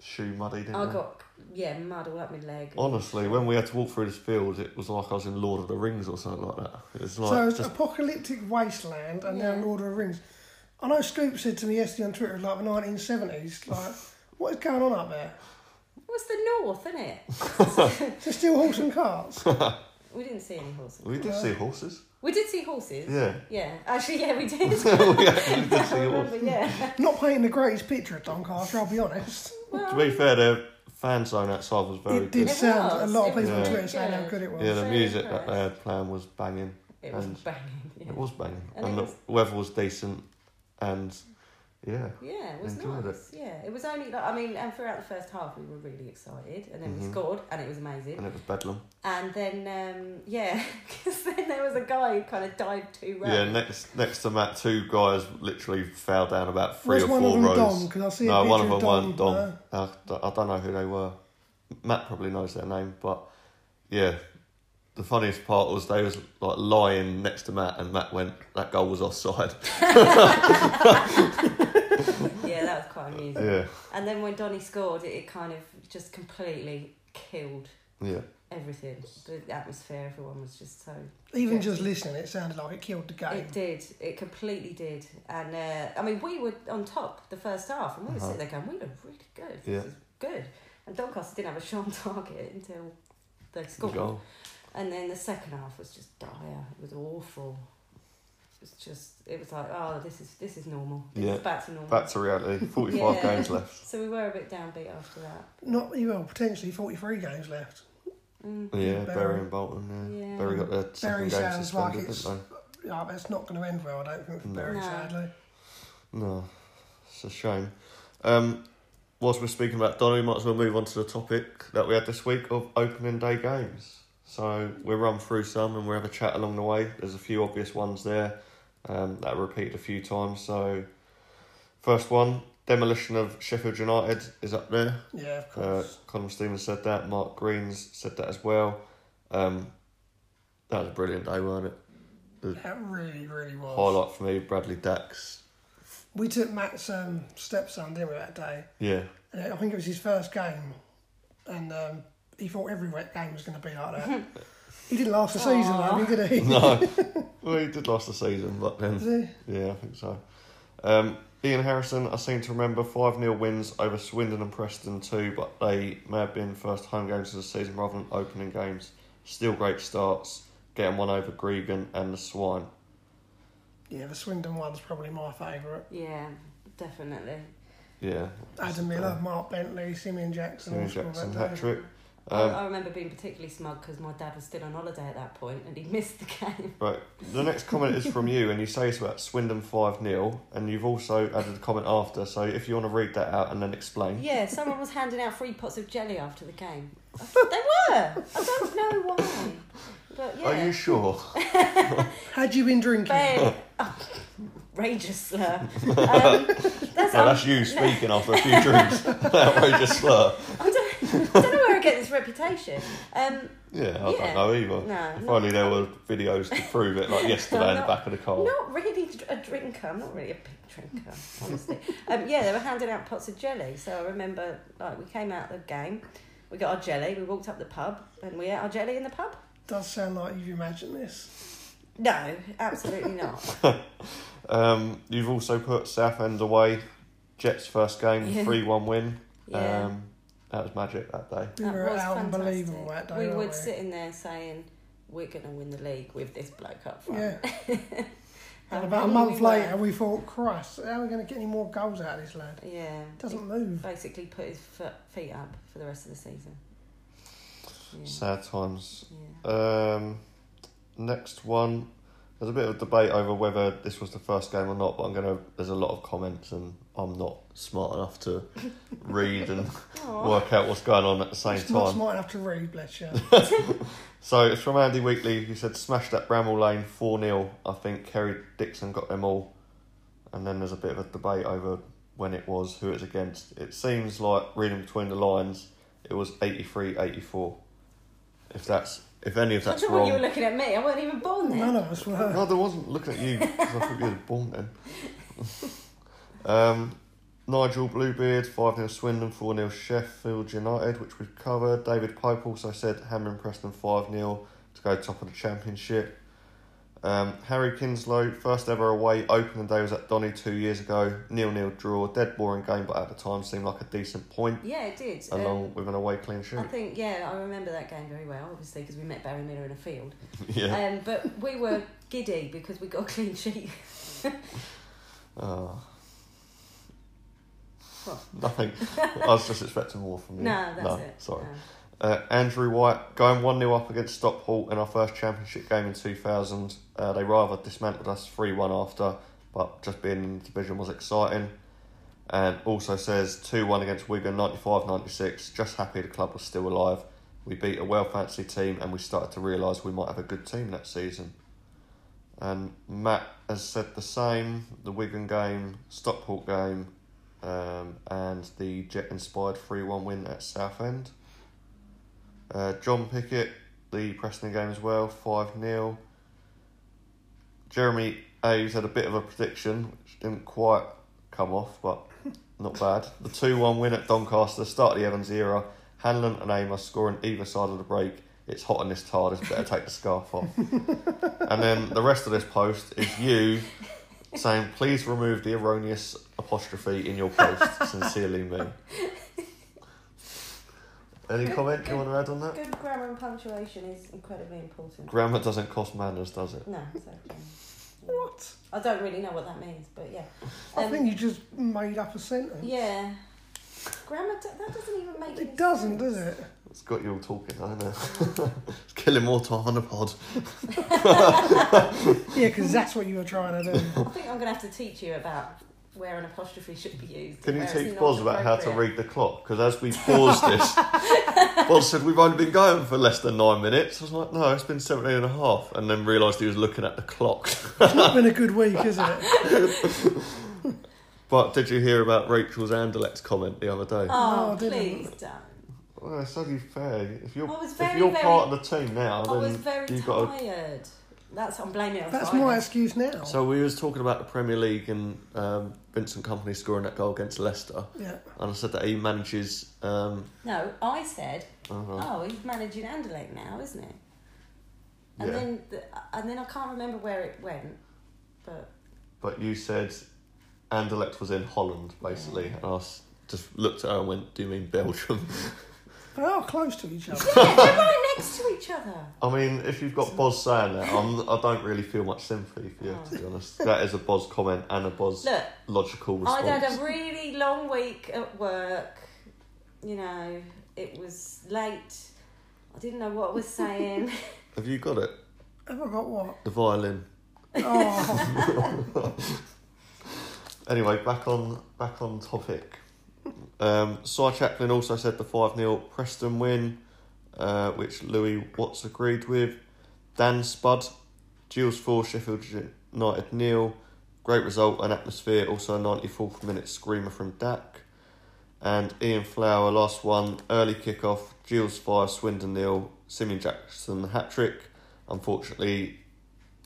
[SPEAKER 1] shoe muddy, didn't
[SPEAKER 3] Yeah. I
[SPEAKER 1] you?
[SPEAKER 3] got, yeah, mud all up my leg.
[SPEAKER 1] Honestly, when we had to walk through this field, it was like I was in Lord of the Rings or something like that. It was like
[SPEAKER 2] so it's
[SPEAKER 1] just
[SPEAKER 2] apocalyptic wasteland and
[SPEAKER 3] Yeah.
[SPEAKER 2] now Lord of the Rings. I know Scoop said to me yesterday on Twitter, like the nineteen seventies, like what is going on up there?
[SPEAKER 3] What's the north, isn't it?
[SPEAKER 2] Is there still horse and carts?
[SPEAKER 3] We didn't see any horses.
[SPEAKER 1] we did see horses.
[SPEAKER 3] We did see horses.
[SPEAKER 1] Yeah,
[SPEAKER 3] Yeah. Actually, yeah, we did.
[SPEAKER 1] we actually did
[SPEAKER 3] I
[SPEAKER 1] see horses.
[SPEAKER 3] remember, yeah.
[SPEAKER 2] Not painting the greatest picture of Doncaster, I'll be honest.
[SPEAKER 1] To
[SPEAKER 3] Well,
[SPEAKER 1] be fair, the fan zone outside was very
[SPEAKER 2] it did
[SPEAKER 1] good.
[SPEAKER 3] It
[SPEAKER 2] sound a
[SPEAKER 3] was,
[SPEAKER 2] lot of
[SPEAKER 3] it
[SPEAKER 2] people on
[SPEAKER 1] was
[SPEAKER 2] Twitter saying
[SPEAKER 3] good.
[SPEAKER 2] how good it was.
[SPEAKER 1] Yeah, the
[SPEAKER 3] Very
[SPEAKER 1] music that
[SPEAKER 3] impressed.
[SPEAKER 1] they had playing was banging.
[SPEAKER 3] it was
[SPEAKER 1] And-
[SPEAKER 3] banging. Yeah.
[SPEAKER 1] It was banging,
[SPEAKER 3] And
[SPEAKER 1] and,
[SPEAKER 3] it
[SPEAKER 1] the
[SPEAKER 3] was-
[SPEAKER 1] weather was decent, and yeah,
[SPEAKER 3] Yeah, it was
[SPEAKER 1] Enjoyed
[SPEAKER 3] nice. Yeah, it was only like I mean, and throughout the first half we were really excited, and then we
[SPEAKER 1] Mhm.
[SPEAKER 3] scored, and it was amazing.
[SPEAKER 1] and it was bedlam.
[SPEAKER 3] And then, um, yeah, because then there was a guy who kind of dived too rows.
[SPEAKER 1] Yeah, next next to Matt, two guys literally fell down about three
[SPEAKER 2] was
[SPEAKER 1] or
[SPEAKER 2] one
[SPEAKER 1] four
[SPEAKER 2] of them
[SPEAKER 1] rows.
[SPEAKER 2] Dom? Because I see a
[SPEAKER 1] No,
[SPEAKER 2] picture
[SPEAKER 1] one of them
[SPEAKER 2] of Dom.
[SPEAKER 1] weren't Dom.
[SPEAKER 2] uh,
[SPEAKER 1] Uh, I don't know who they were. Matt probably knows their name, but yeah, the funniest part was they was like lying next to Matt, and Matt went, "That goal was offside."
[SPEAKER 3] yeah, that was quite amusing.
[SPEAKER 1] yeah,
[SPEAKER 3] And then when Donny scored, it, it kind of just completely killed
[SPEAKER 1] yeah.
[SPEAKER 3] everything. The atmosphere, everyone was just so.
[SPEAKER 2] Even
[SPEAKER 3] Yeah.
[SPEAKER 2] just listening, it sounded like it killed the game.
[SPEAKER 3] It did. It completely did. And uh, I mean, we were on top the first half, and we were
[SPEAKER 1] Uh-huh.
[SPEAKER 3] sitting there going, "We look really good.
[SPEAKER 1] Yeah.
[SPEAKER 3] This is good." And Doncaster didn't have a shot on target until they
[SPEAKER 1] The
[SPEAKER 3] scored.
[SPEAKER 1] goal.
[SPEAKER 3] And then the second half was just dire. It was awful. It was just. It was like, oh, this is this is normal. This
[SPEAKER 1] Yeah.
[SPEAKER 3] is back to normal.
[SPEAKER 1] Back to reality. Forty-five
[SPEAKER 3] Yeah.
[SPEAKER 1] games left.
[SPEAKER 3] so we were a bit downbeat after that.
[SPEAKER 2] Not well, potentially forty-three games left.
[SPEAKER 3] Mm.
[SPEAKER 1] Yeah,
[SPEAKER 2] Barry.
[SPEAKER 1] Barry and Bolton. Yeah,
[SPEAKER 3] Yeah.
[SPEAKER 1] Barry got their second game
[SPEAKER 2] sounds like
[SPEAKER 1] suspended,
[SPEAKER 2] it's-
[SPEAKER 1] didn't
[SPEAKER 2] Yeah, that's not going to end well, I don't think, for
[SPEAKER 1] No.
[SPEAKER 2] Barry,
[SPEAKER 3] No.
[SPEAKER 2] sadly.
[SPEAKER 1] they? No, it's a shame. Um, whilst we're speaking about Donny, we might as well move on to the topic that we had this week of opening day games. So we'll run through some and we'll have a chat along the way. There's a few obvious ones there um, that are repeated a few times. So first one, demolition of Sheffield United is up there.
[SPEAKER 2] Yeah, of
[SPEAKER 1] Uh,
[SPEAKER 2] course.
[SPEAKER 1] Colin Stevens said that. Mark Green's said that as well. Um, that was a brilliant day, wasn't it?
[SPEAKER 2] that really, really was.
[SPEAKER 1] Highlight for me, Bradley Dax.
[SPEAKER 2] We took Matt's um, stepson, didn't we, that day?
[SPEAKER 1] Yeah,
[SPEAKER 2] And I think it was his first game. And um, he thought every wet game was going to be like that. he didn't last the season, though, did he?
[SPEAKER 1] no. well, he did last the season, but then
[SPEAKER 2] Did he?
[SPEAKER 1] yeah, I think so. Um, Ian Harrison, I seem to remember five 0 wins over Swindon and Preston too, but they may have been first home games of the season rather than opening games. Still great starts, getting one over Gregan and the Swine.
[SPEAKER 2] Yeah, the Swindon one's probably my favourite.
[SPEAKER 3] Yeah, definitely.
[SPEAKER 1] Yeah,
[SPEAKER 2] Adam Miller, Mark Bentley, Simeon Jackson. all
[SPEAKER 1] Simeon
[SPEAKER 2] scored
[SPEAKER 1] Jackson
[SPEAKER 2] that day.
[SPEAKER 1] hat trick.
[SPEAKER 3] I,
[SPEAKER 1] Um,
[SPEAKER 3] I remember being particularly smug because my dad was still on holiday at that point and he missed the game.
[SPEAKER 1] Right. The next comment is from you, and you say it's about Swindon 5 0, and you've also added a comment after. So if you want to read that out and then explain.
[SPEAKER 3] Yeah, someone was handing out free pots of jelly after the game. they were. I don't know why, but yeah.
[SPEAKER 1] Are you sure?
[SPEAKER 2] Had you been drinking?
[SPEAKER 3] Ben, outrageous slur. Um, that's,
[SPEAKER 1] No, that's you speaking after a few drinks. Outrageous slur.
[SPEAKER 3] I, don't, I don't know where I get this reputation. Um,
[SPEAKER 1] Yeah, I don't
[SPEAKER 3] Yeah.
[SPEAKER 1] know either.
[SPEAKER 3] No,
[SPEAKER 1] if
[SPEAKER 3] not-
[SPEAKER 1] only there were videos to prove it, like yesterday in the
[SPEAKER 3] Not-
[SPEAKER 1] back of the car.
[SPEAKER 3] Not really a drinker. I'm not really a big drinker, honestly. um, yeah, they were handing out pots of jelly. So I remember, like, we came out of the game, we got our jelly, we walked up the pub, and we ate our jelly in the pub.
[SPEAKER 2] does sound like you've imagined this.
[SPEAKER 3] No, absolutely not.
[SPEAKER 1] Um, you've also put Southend away, Jets' first game,
[SPEAKER 3] Yeah.
[SPEAKER 1] 3 1 win.
[SPEAKER 3] Yeah.
[SPEAKER 1] Um, that was magic that day.
[SPEAKER 2] We
[SPEAKER 3] That
[SPEAKER 2] were
[SPEAKER 3] was
[SPEAKER 2] unbelievable that
[SPEAKER 3] fantastic.
[SPEAKER 2] day.
[SPEAKER 3] We
[SPEAKER 2] weren't
[SPEAKER 3] were
[SPEAKER 2] we?
[SPEAKER 3] sitting there saying, "We're going to win the league with this bloke up front."
[SPEAKER 2] Yeah.
[SPEAKER 3] How
[SPEAKER 2] And about a
[SPEAKER 3] wrong
[SPEAKER 2] month
[SPEAKER 3] we were.
[SPEAKER 2] later, we thought, Christ, how are we going to get any more goals out of this lad?
[SPEAKER 3] Yeah,
[SPEAKER 2] Doesn't
[SPEAKER 3] He
[SPEAKER 2] move.
[SPEAKER 3] basically put his foot, feet up for the rest of the season. Yeah.
[SPEAKER 1] Sad times.
[SPEAKER 3] yeah.
[SPEAKER 1] Um, next one. There's a bit of debate over whether this was the first game or not, but I'm gonna. There's a lot of comments, and I'm not smart enough to read and
[SPEAKER 3] Aw.
[SPEAKER 1] work out what's going on at the same
[SPEAKER 2] It's not
[SPEAKER 1] time.
[SPEAKER 2] smart enough to read, bless you.
[SPEAKER 1] So it's from Andy Wheatley. who said, "Smash that Bramall Lane four 0 I think Kerry Dixon got them all, and then there's a bit of a debate over when it was, who it's against. It seems like reading between the lines, it was 83-84. If that's if any of
[SPEAKER 3] I
[SPEAKER 1] that's
[SPEAKER 3] thought
[SPEAKER 1] wrong,
[SPEAKER 3] you were looking at me. I wasn't even born then.
[SPEAKER 2] None of us were.
[SPEAKER 1] No, there wasn't looking at you 'cause I thought you were born then. um, Nigel Bluebeard, 5 0 Swindon, 4 0 Sheffield United, which we've covered. David Pope also said Hammering Preston 5 0 to go top of the Championship. Um, Harry Kinslow, first ever away opening day was at Donny two years ago. Nil nil draw, dead boring game, but at the time seemed like a decent point,
[SPEAKER 3] Yeah, it did. Um,
[SPEAKER 1] along with an away clean sheet.
[SPEAKER 3] I think yeah, I remember that game very well, obviously because we met Barry Miller in a field.
[SPEAKER 1] yeah.
[SPEAKER 3] Um, but we were giddy because we got a clean sheet.
[SPEAKER 1] Oh.
[SPEAKER 3] What?
[SPEAKER 1] Nothing. I was just expecting more from you.
[SPEAKER 3] No, that's
[SPEAKER 1] no,
[SPEAKER 3] it.
[SPEAKER 1] Sorry.
[SPEAKER 3] No.
[SPEAKER 1] Uh, Andrew White going 1 0 up against Stockhall in our first Championship game in 2000. Uh, they rather dismantled us 3 1 after, but just being in the division was exciting. And also says 2 1 against Wigan 95 96. Just happy the club was still alive. We beat a well fancied team and we started to realise we might have a good team that season. And Matt has said the same the Wigan game, Stockport game, um, and the Jet inspired 3 1 win at Southend. Uh, John Pickett, the Preston game as well, 5 0. Jeremy Aves had a bit of a prediction, which didn't quite come off, but not bad. The 2 1 win at Doncaster, start of the Evans era. Hanlon and Amos scoring either side of the break. It's hot and it's tired, it's better take the scarf off. and then the rest of this post is you saying, please remove the erroneous apostrophe in your post. Sincerely, me. Any comment you want to add on that?
[SPEAKER 3] Good grammar and punctuation is incredibly important.
[SPEAKER 1] Grammar doesn't cost manners, does it?
[SPEAKER 3] no, it's okay.
[SPEAKER 2] What?
[SPEAKER 3] I don't really know what that means, but yeah.
[SPEAKER 2] I
[SPEAKER 3] Um,
[SPEAKER 2] think you just made up a sentence.
[SPEAKER 3] Yeah. Grammar, do- that doesn't even make any
[SPEAKER 2] It doesn't,
[SPEAKER 3] sense.
[SPEAKER 2] does it?
[SPEAKER 1] It's got you all talking, I know. it's killing more time on the pod.
[SPEAKER 2] Yeah, because that's what you were trying to do.
[SPEAKER 3] I think I'm going to have to teach you about where an apostrophe should be used.
[SPEAKER 1] Can
[SPEAKER 3] and
[SPEAKER 1] you
[SPEAKER 3] where it's
[SPEAKER 1] teach
[SPEAKER 3] not
[SPEAKER 1] Boz about how to
[SPEAKER 3] appropriate.
[SPEAKER 1] read the clock? Because as we paused this, Boz said, We've only been going for less than nine minutes. I was like, No, it's been 17 and a half. And then realised he was looking at the clock.
[SPEAKER 2] It's not been a good week, is it?
[SPEAKER 1] but did you hear about Rachel's Anderlecht's comment the other day?
[SPEAKER 3] Oh,
[SPEAKER 2] No, I didn't.
[SPEAKER 3] please don't.
[SPEAKER 1] well, it's only fair. If you're,
[SPEAKER 3] I was
[SPEAKER 1] if
[SPEAKER 3] very,
[SPEAKER 1] you're
[SPEAKER 3] very-
[SPEAKER 1] part of the team now,
[SPEAKER 3] I was
[SPEAKER 1] then
[SPEAKER 3] very
[SPEAKER 1] you've got to
[SPEAKER 3] tired. That's I'm blaming it on
[SPEAKER 2] That's
[SPEAKER 3] Friday.
[SPEAKER 2] my excuse now.
[SPEAKER 1] So we was talking about the Premier League and um, Vincent Company scoring that goal against Leicester,
[SPEAKER 2] yeah.
[SPEAKER 1] and I said that he manages. Um,
[SPEAKER 3] No, I said,
[SPEAKER 1] I don't know.
[SPEAKER 3] oh, he's managing Anderlecht now, isn't he? And
[SPEAKER 1] yeah,
[SPEAKER 3] then, the, and then I can't remember where it went, but
[SPEAKER 1] but you said Anderlecht was in Holland basically, and I s- just looked at her and went, "Do you mean Belgium?"
[SPEAKER 2] They are close to each other.
[SPEAKER 3] yeah, they're right next to each other.
[SPEAKER 1] I mean, if you've got Boz saying that, I'm, I don't really feel much sympathy for you, to be honest. That is a Boz comment and a Boz
[SPEAKER 3] Look,
[SPEAKER 1] logical
[SPEAKER 3] I'd
[SPEAKER 1] response.
[SPEAKER 3] had a really long week at work. You know, it was late. I didn't know what I was saying.
[SPEAKER 1] Have you got it?
[SPEAKER 2] Have I got what?
[SPEAKER 1] The violin.
[SPEAKER 2] Oh,
[SPEAKER 1] Anyway, back on back on topic. Um, Cy Chaplin also said the 5 0 Preston win, uh, which Louis Watts agreed with. Dan Spud, Jules 4, Sheffield United nil. Great result and atmosphere. Also a 94th minute screamer from Dak. And Ian Flower, last one, early kickoff, Jules 5, Swindon nil. Simeon Jackson hat trick. Unfortunately,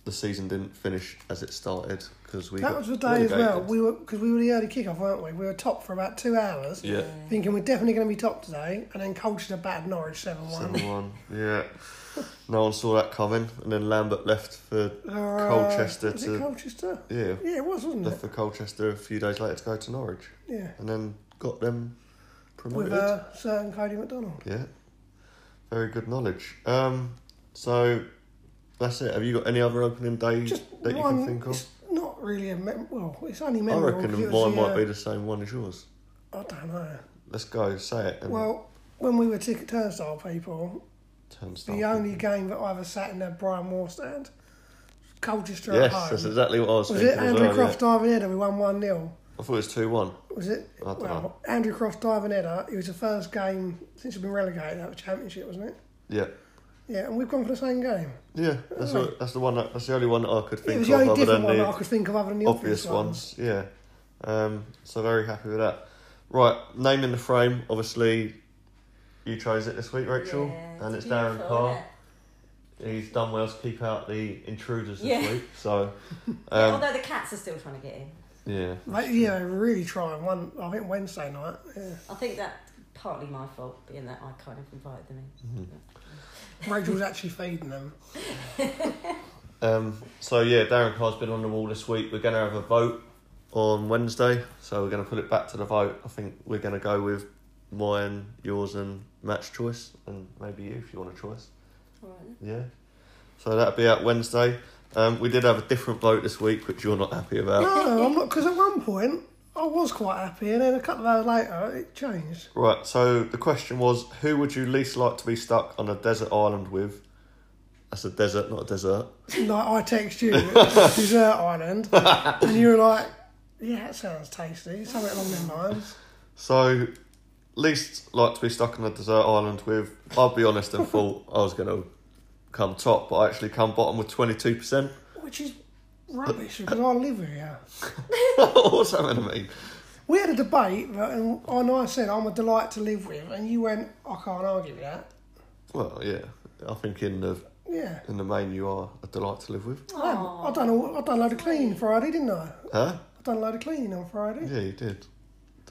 [SPEAKER 1] the season didn't finish as it started because we
[SPEAKER 2] That
[SPEAKER 1] got
[SPEAKER 2] was the day as well.
[SPEAKER 1] relegated.
[SPEAKER 2] We were because we were the early kickoff, weren't we? We were top for about two hours,
[SPEAKER 1] yeah,
[SPEAKER 2] thinking we're definitely going to be top today, and then Colchester battered Norwich seven one.
[SPEAKER 1] seven one. Yeah, no one saw that coming, and then Lambert left for Colchester
[SPEAKER 2] Uh, Was
[SPEAKER 1] to-
[SPEAKER 2] it Colchester?
[SPEAKER 1] yeah,
[SPEAKER 2] Yeah, it was, wasn't
[SPEAKER 1] left
[SPEAKER 2] it?
[SPEAKER 1] for Colchester a few days later to go to Norwich,
[SPEAKER 2] Yeah,
[SPEAKER 1] and then got them promoted.
[SPEAKER 2] with uh, certain Cody McDonald.
[SPEAKER 1] Yeah. Very good knowledge. Um, so that's it. Have you got any other opening day
[SPEAKER 2] Just
[SPEAKER 1] that you
[SPEAKER 2] one.
[SPEAKER 1] can think
[SPEAKER 2] It's
[SPEAKER 1] of?
[SPEAKER 2] not really a mem- well. It's only
[SPEAKER 1] I
[SPEAKER 2] memorable. 'cause
[SPEAKER 1] reckon
[SPEAKER 2] it
[SPEAKER 1] mine
[SPEAKER 2] was,
[SPEAKER 1] might
[SPEAKER 2] uh,
[SPEAKER 1] be the same one as yours.
[SPEAKER 2] I don't know.
[SPEAKER 1] Let's go, say it. And
[SPEAKER 2] Well, when we were ticket turnstile people,
[SPEAKER 1] turn
[SPEAKER 2] the
[SPEAKER 1] start.
[SPEAKER 2] only game that I ever sat in that Brian Moore stand, Colchester at home.
[SPEAKER 1] Yes, that's exactly what I was,
[SPEAKER 2] was
[SPEAKER 1] thinking.
[SPEAKER 2] it
[SPEAKER 1] as
[SPEAKER 2] Andrew
[SPEAKER 1] well,
[SPEAKER 2] Croft
[SPEAKER 1] yeah.
[SPEAKER 2] diving header? We won one 0
[SPEAKER 1] I thought it was 2 1.
[SPEAKER 2] Was it?
[SPEAKER 1] I don't
[SPEAKER 2] well, Andrew Croft diving header. It was the first game since we've been relegated out of the championship, wasn't it?
[SPEAKER 1] Yeah.
[SPEAKER 2] Yeah, and we've gone for the same game.
[SPEAKER 1] Yeah, that's,
[SPEAKER 2] Oh.
[SPEAKER 1] what, that's the one. That, that's the only one that I could
[SPEAKER 2] it
[SPEAKER 1] think
[SPEAKER 2] was
[SPEAKER 1] of
[SPEAKER 2] the only
[SPEAKER 1] other
[SPEAKER 2] different
[SPEAKER 1] than
[SPEAKER 2] one that I
[SPEAKER 1] the
[SPEAKER 2] could think of other than the
[SPEAKER 1] obvious ones. Yeah. Um, so very happy with that. Right, name in the frame. Obviously, you chose it this week, Rachel,
[SPEAKER 3] Yeah,
[SPEAKER 1] and it's
[SPEAKER 3] beautiful,
[SPEAKER 1] Darren Carr.
[SPEAKER 3] isn't it?
[SPEAKER 1] He's done well to keep out the intruders this
[SPEAKER 3] Yeah.
[SPEAKER 1] week. So,
[SPEAKER 3] Yeah,
[SPEAKER 1] um,
[SPEAKER 3] although the cats are still trying to get in.
[SPEAKER 1] yeah,
[SPEAKER 2] Like, yeah, they were really trying. One, I think Wednesday night. Yeah.
[SPEAKER 3] I think that's partly my fault, being that I kind of invited them in.
[SPEAKER 2] Rachel was actually feeding them.
[SPEAKER 1] Um, so yeah, Darren Carr's been on the wall this week. We're going to have a vote on Wednesday, so we're going to put it back to the vote. I think we're going to go with mine, yours, and Matt's choice, and maybe you if you want a choice.
[SPEAKER 3] Right.
[SPEAKER 1] Yeah. So that'll be out Wednesday. Um, we did have a different vote this week, which you're not happy about.
[SPEAKER 2] No, I'm not. Because at one point I was quite happy, and then a couple of hours later it changed.
[SPEAKER 1] Right, so the question was who would you least like to be stuck on a desert island with? That's a desert, not a desert.
[SPEAKER 2] Like I text you, dessert island, and you were like, "Yeah, that sounds tasty." Something along them lines.
[SPEAKER 1] So, least like to be stuck on a desert island with. I'll be honest and thought I was going to come top, but I actually come bottom with 22%.
[SPEAKER 2] Which is rubbish because I live here.
[SPEAKER 1] What's that going to mean?
[SPEAKER 2] We had a debate, but, and I know I said I'm a delight to live with, and you went, I can't argue with that.
[SPEAKER 1] Well, yeah, I think in the
[SPEAKER 2] Yeah.
[SPEAKER 1] in the main you are a delight to live with.
[SPEAKER 3] Oh.
[SPEAKER 2] I am. I done, all, I done a load of cleaning Friday, didn't I?
[SPEAKER 1] Huh?
[SPEAKER 2] I done a load of cleaning on Friday.
[SPEAKER 1] Yeah, you did.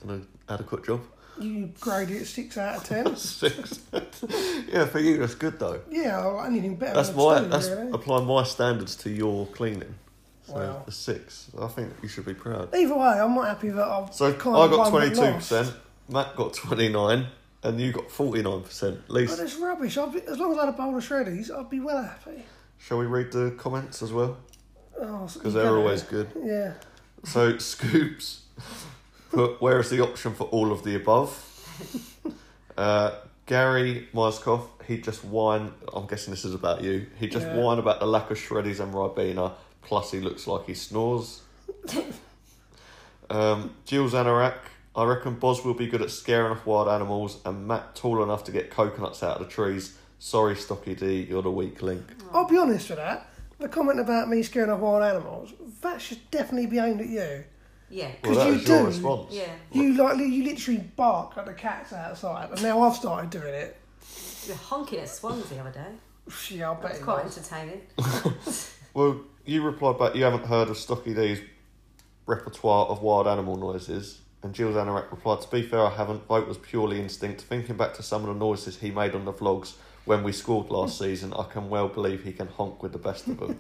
[SPEAKER 1] Done an adequate job.
[SPEAKER 2] You graded it 6 out of 10.
[SPEAKER 1] Six. yeah, for you that's good though.
[SPEAKER 2] yeah, well, anything better
[SPEAKER 1] That's
[SPEAKER 2] than
[SPEAKER 1] my
[SPEAKER 2] two,
[SPEAKER 1] that's
[SPEAKER 2] Uh, really.
[SPEAKER 1] applying my standards to your cleaning. So
[SPEAKER 2] Wow.
[SPEAKER 1] a six. I think you should be proud.
[SPEAKER 2] Either way, I'm not happy that I've
[SPEAKER 1] So I
[SPEAKER 2] kind of
[SPEAKER 1] got
[SPEAKER 2] won
[SPEAKER 1] twenty
[SPEAKER 2] but
[SPEAKER 1] two
[SPEAKER 2] lost.
[SPEAKER 1] percent. Matt got twenty nine, and you got forty nine percent. At
[SPEAKER 2] But
[SPEAKER 1] least,
[SPEAKER 2] it's rubbish. I'll be, as long as I had a bowl of shreddies, I'd be well happy. Oh,
[SPEAKER 1] shall we read the comments as well?
[SPEAKER 2] Because
[SPEAKER 1] Because they're always good.
[SPEAKER 2] Yeah.
[SPEAKER 1] So Scoops put where is the option for all of the above? Uh, Gary Myskov, he just whined. I'm guessing this is about you. He just
[SPEAKER 2] Yeah.
[SPEAKER 1] whined about the lack of shreddies and ribena. Plus, he looks like he snores. um, Jill Zanarak, I reckon Boz will be good at scaring off wild animals, and Matt tall enough to get coconuts out of the trees. Sorry, Stocky D, you're the weak link.
[SPEAKER 2] I'll be honest with that. The comment about me scaring off wild animals, that should definitely be aimed at you.
[SPEAKER 3] Yeah.
[SPEAKER 1] Well,
[SPEAKER 2] 'Cause
[SPEAKER 1] that
[SPEAKER 2] you
[SPEAKER 1] was your
[SPEAKER 2] do.
[SPEAKER 1] response.
[SPEAKER 3] Yeah.
[SPEAKER 2] You like li- you literally bark at the cats outside, and now I've started doing it.
[SPEAKER 3] You were honking at swans the other day.
[SPEAKER 2] Yeah, I
[SPEAKER 3] That
[SPEAKER 2] bet
[SPEAKER 3] was
[SPEAKER 2] it
[SPEAKER 3] quite
[SPEAKER 2] was.
[SPEAKER 3] entertaining.
[SPEAKER 1] Well, you replied back you haven't heard of Stocky D's repertoire of wild animal noises. And Jill Zanarak replied, To be fair, I haven't. Vote was purely instinct. Thinking back to some of the noises he made on the vlogs when we scored last season, I can well believe he can honk with the best of them.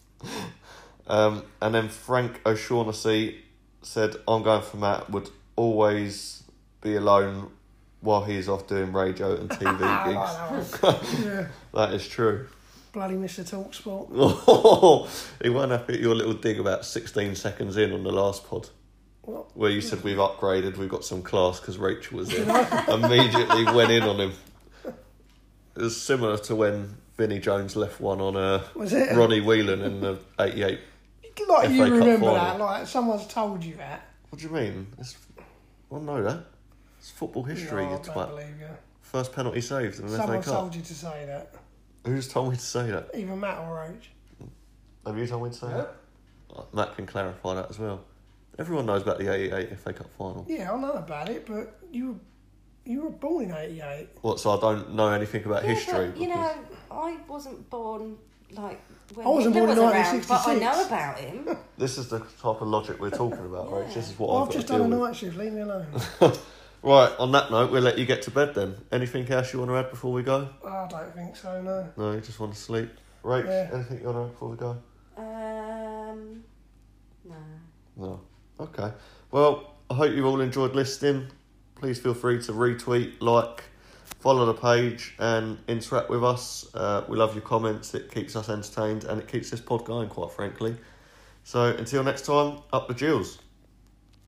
[SPEAKER 1] um, and then Frank O'Shaughnessy said, I'm going for Matt, would always be alone while he is off doing radio and
[SPEAKER 2] I like
[SPEAKER 1] TV gigs.
[SPEAKER 2] that one. yeah,
[SPEAKER 1] that is true.
[SPEAKER 2] bloody Mr. Talksport.
[SPEAKER 1] Oh, he won't have your little dig about 16 seconds in on the last pod.
[SPEAKER 2] What?
[SPEAKER 1] Where you said we've upgraded, we've got some class because Rachel was in. Immediately went in on him. It was similar to when Vinnie Jones left one on uh,
[SPEAKER 2] Was it?
[SPEAKER 1] Ronnie Whelan in the 88.
[SPEAKER 2] Like
[SPEAKER 1] FA
[SPEAKER 2] you
[SPEAKER 1] Cup
[SPEAKER 2] remember
[SPEAKER 1] final.
[SPEAKER 2] that? Like someone's told you that?
[SPEAKER 1] What do you mean? It's, I know that. It's football history.
[SPEAKER 2] No,
[SPEAKER 1] you
[SPEAKER 2] I don't
[SPEAKER 1] twat.
[SPEAKER 2] believe you.
[SPEAKER 1] First penalty saved in the FA
[SPEAKER 2] Someone
[SPEAKER 1] Cup.
[SPEAKER 2] told you to say that.
[SPEAKER 1] Who's told me to say that?
[SPEAKER 2] Either Matt or Roach.
[SPEAKER 1] Have you told me to say that? Uh, Matt can clarify that as well. Everyone knows about the 88 FA Cup final.
[SPEAKER 2] Yeah, I know about it, but you were you were born in '88.
[SPEAKER 1] What? So I don't know anything about
[SPEAKER 3] Yeah,
[SPEAKER 1] history.
[SPEAKER 3] but, you
[SPEAKER 1] because-
[SPEAKER 3] know, I wasn't born like when
[SPEAKER 2] I wasn't
[SPEAKER 3] Hitler
[SPEAKER 2] born
[SPEAKER 3] was
[SPEAKER 2] in
[SPEAKER 3] around, but I
[SPEAKER 2] 1966.
[SPEAKER 3] know about him.
[SPEAKER 1] This is the type of logic we're talking about, right? This is what
[SPEAKER 2] Well,
[SPEAKER 1] I've,
[SPEAKER 2] I've
[SPEAKER 1] got
[SPEAKER 2] just
[SPEAKER 1] to deal
[SPEAKER 2] done a
[SPEAKER 1] with.
[SPEAKER 2] night shift, leave me alone.
[SPEAKER 1] Right, on that note, we'll let you get to bed then. Anything else you want to add before we go?
[SPEAKER 2] I don't think so, no.
[SPEAKER 1] No, you just want to sleep. Rach,
[SPEAKER 2] Yeah.
[SPEAKER 1] anything you want to add before we go?
[SPEAKER 3] Um, no.
[SPEAKER 1] No. Okay. Well, I hope you all enjoyed listening. Please feel free to retweet, like, follow the page, and interact with us. Uh, we love your comments. It keeps us entertained and it keeps this pod going, quite frankly. So until next time, up the jewels.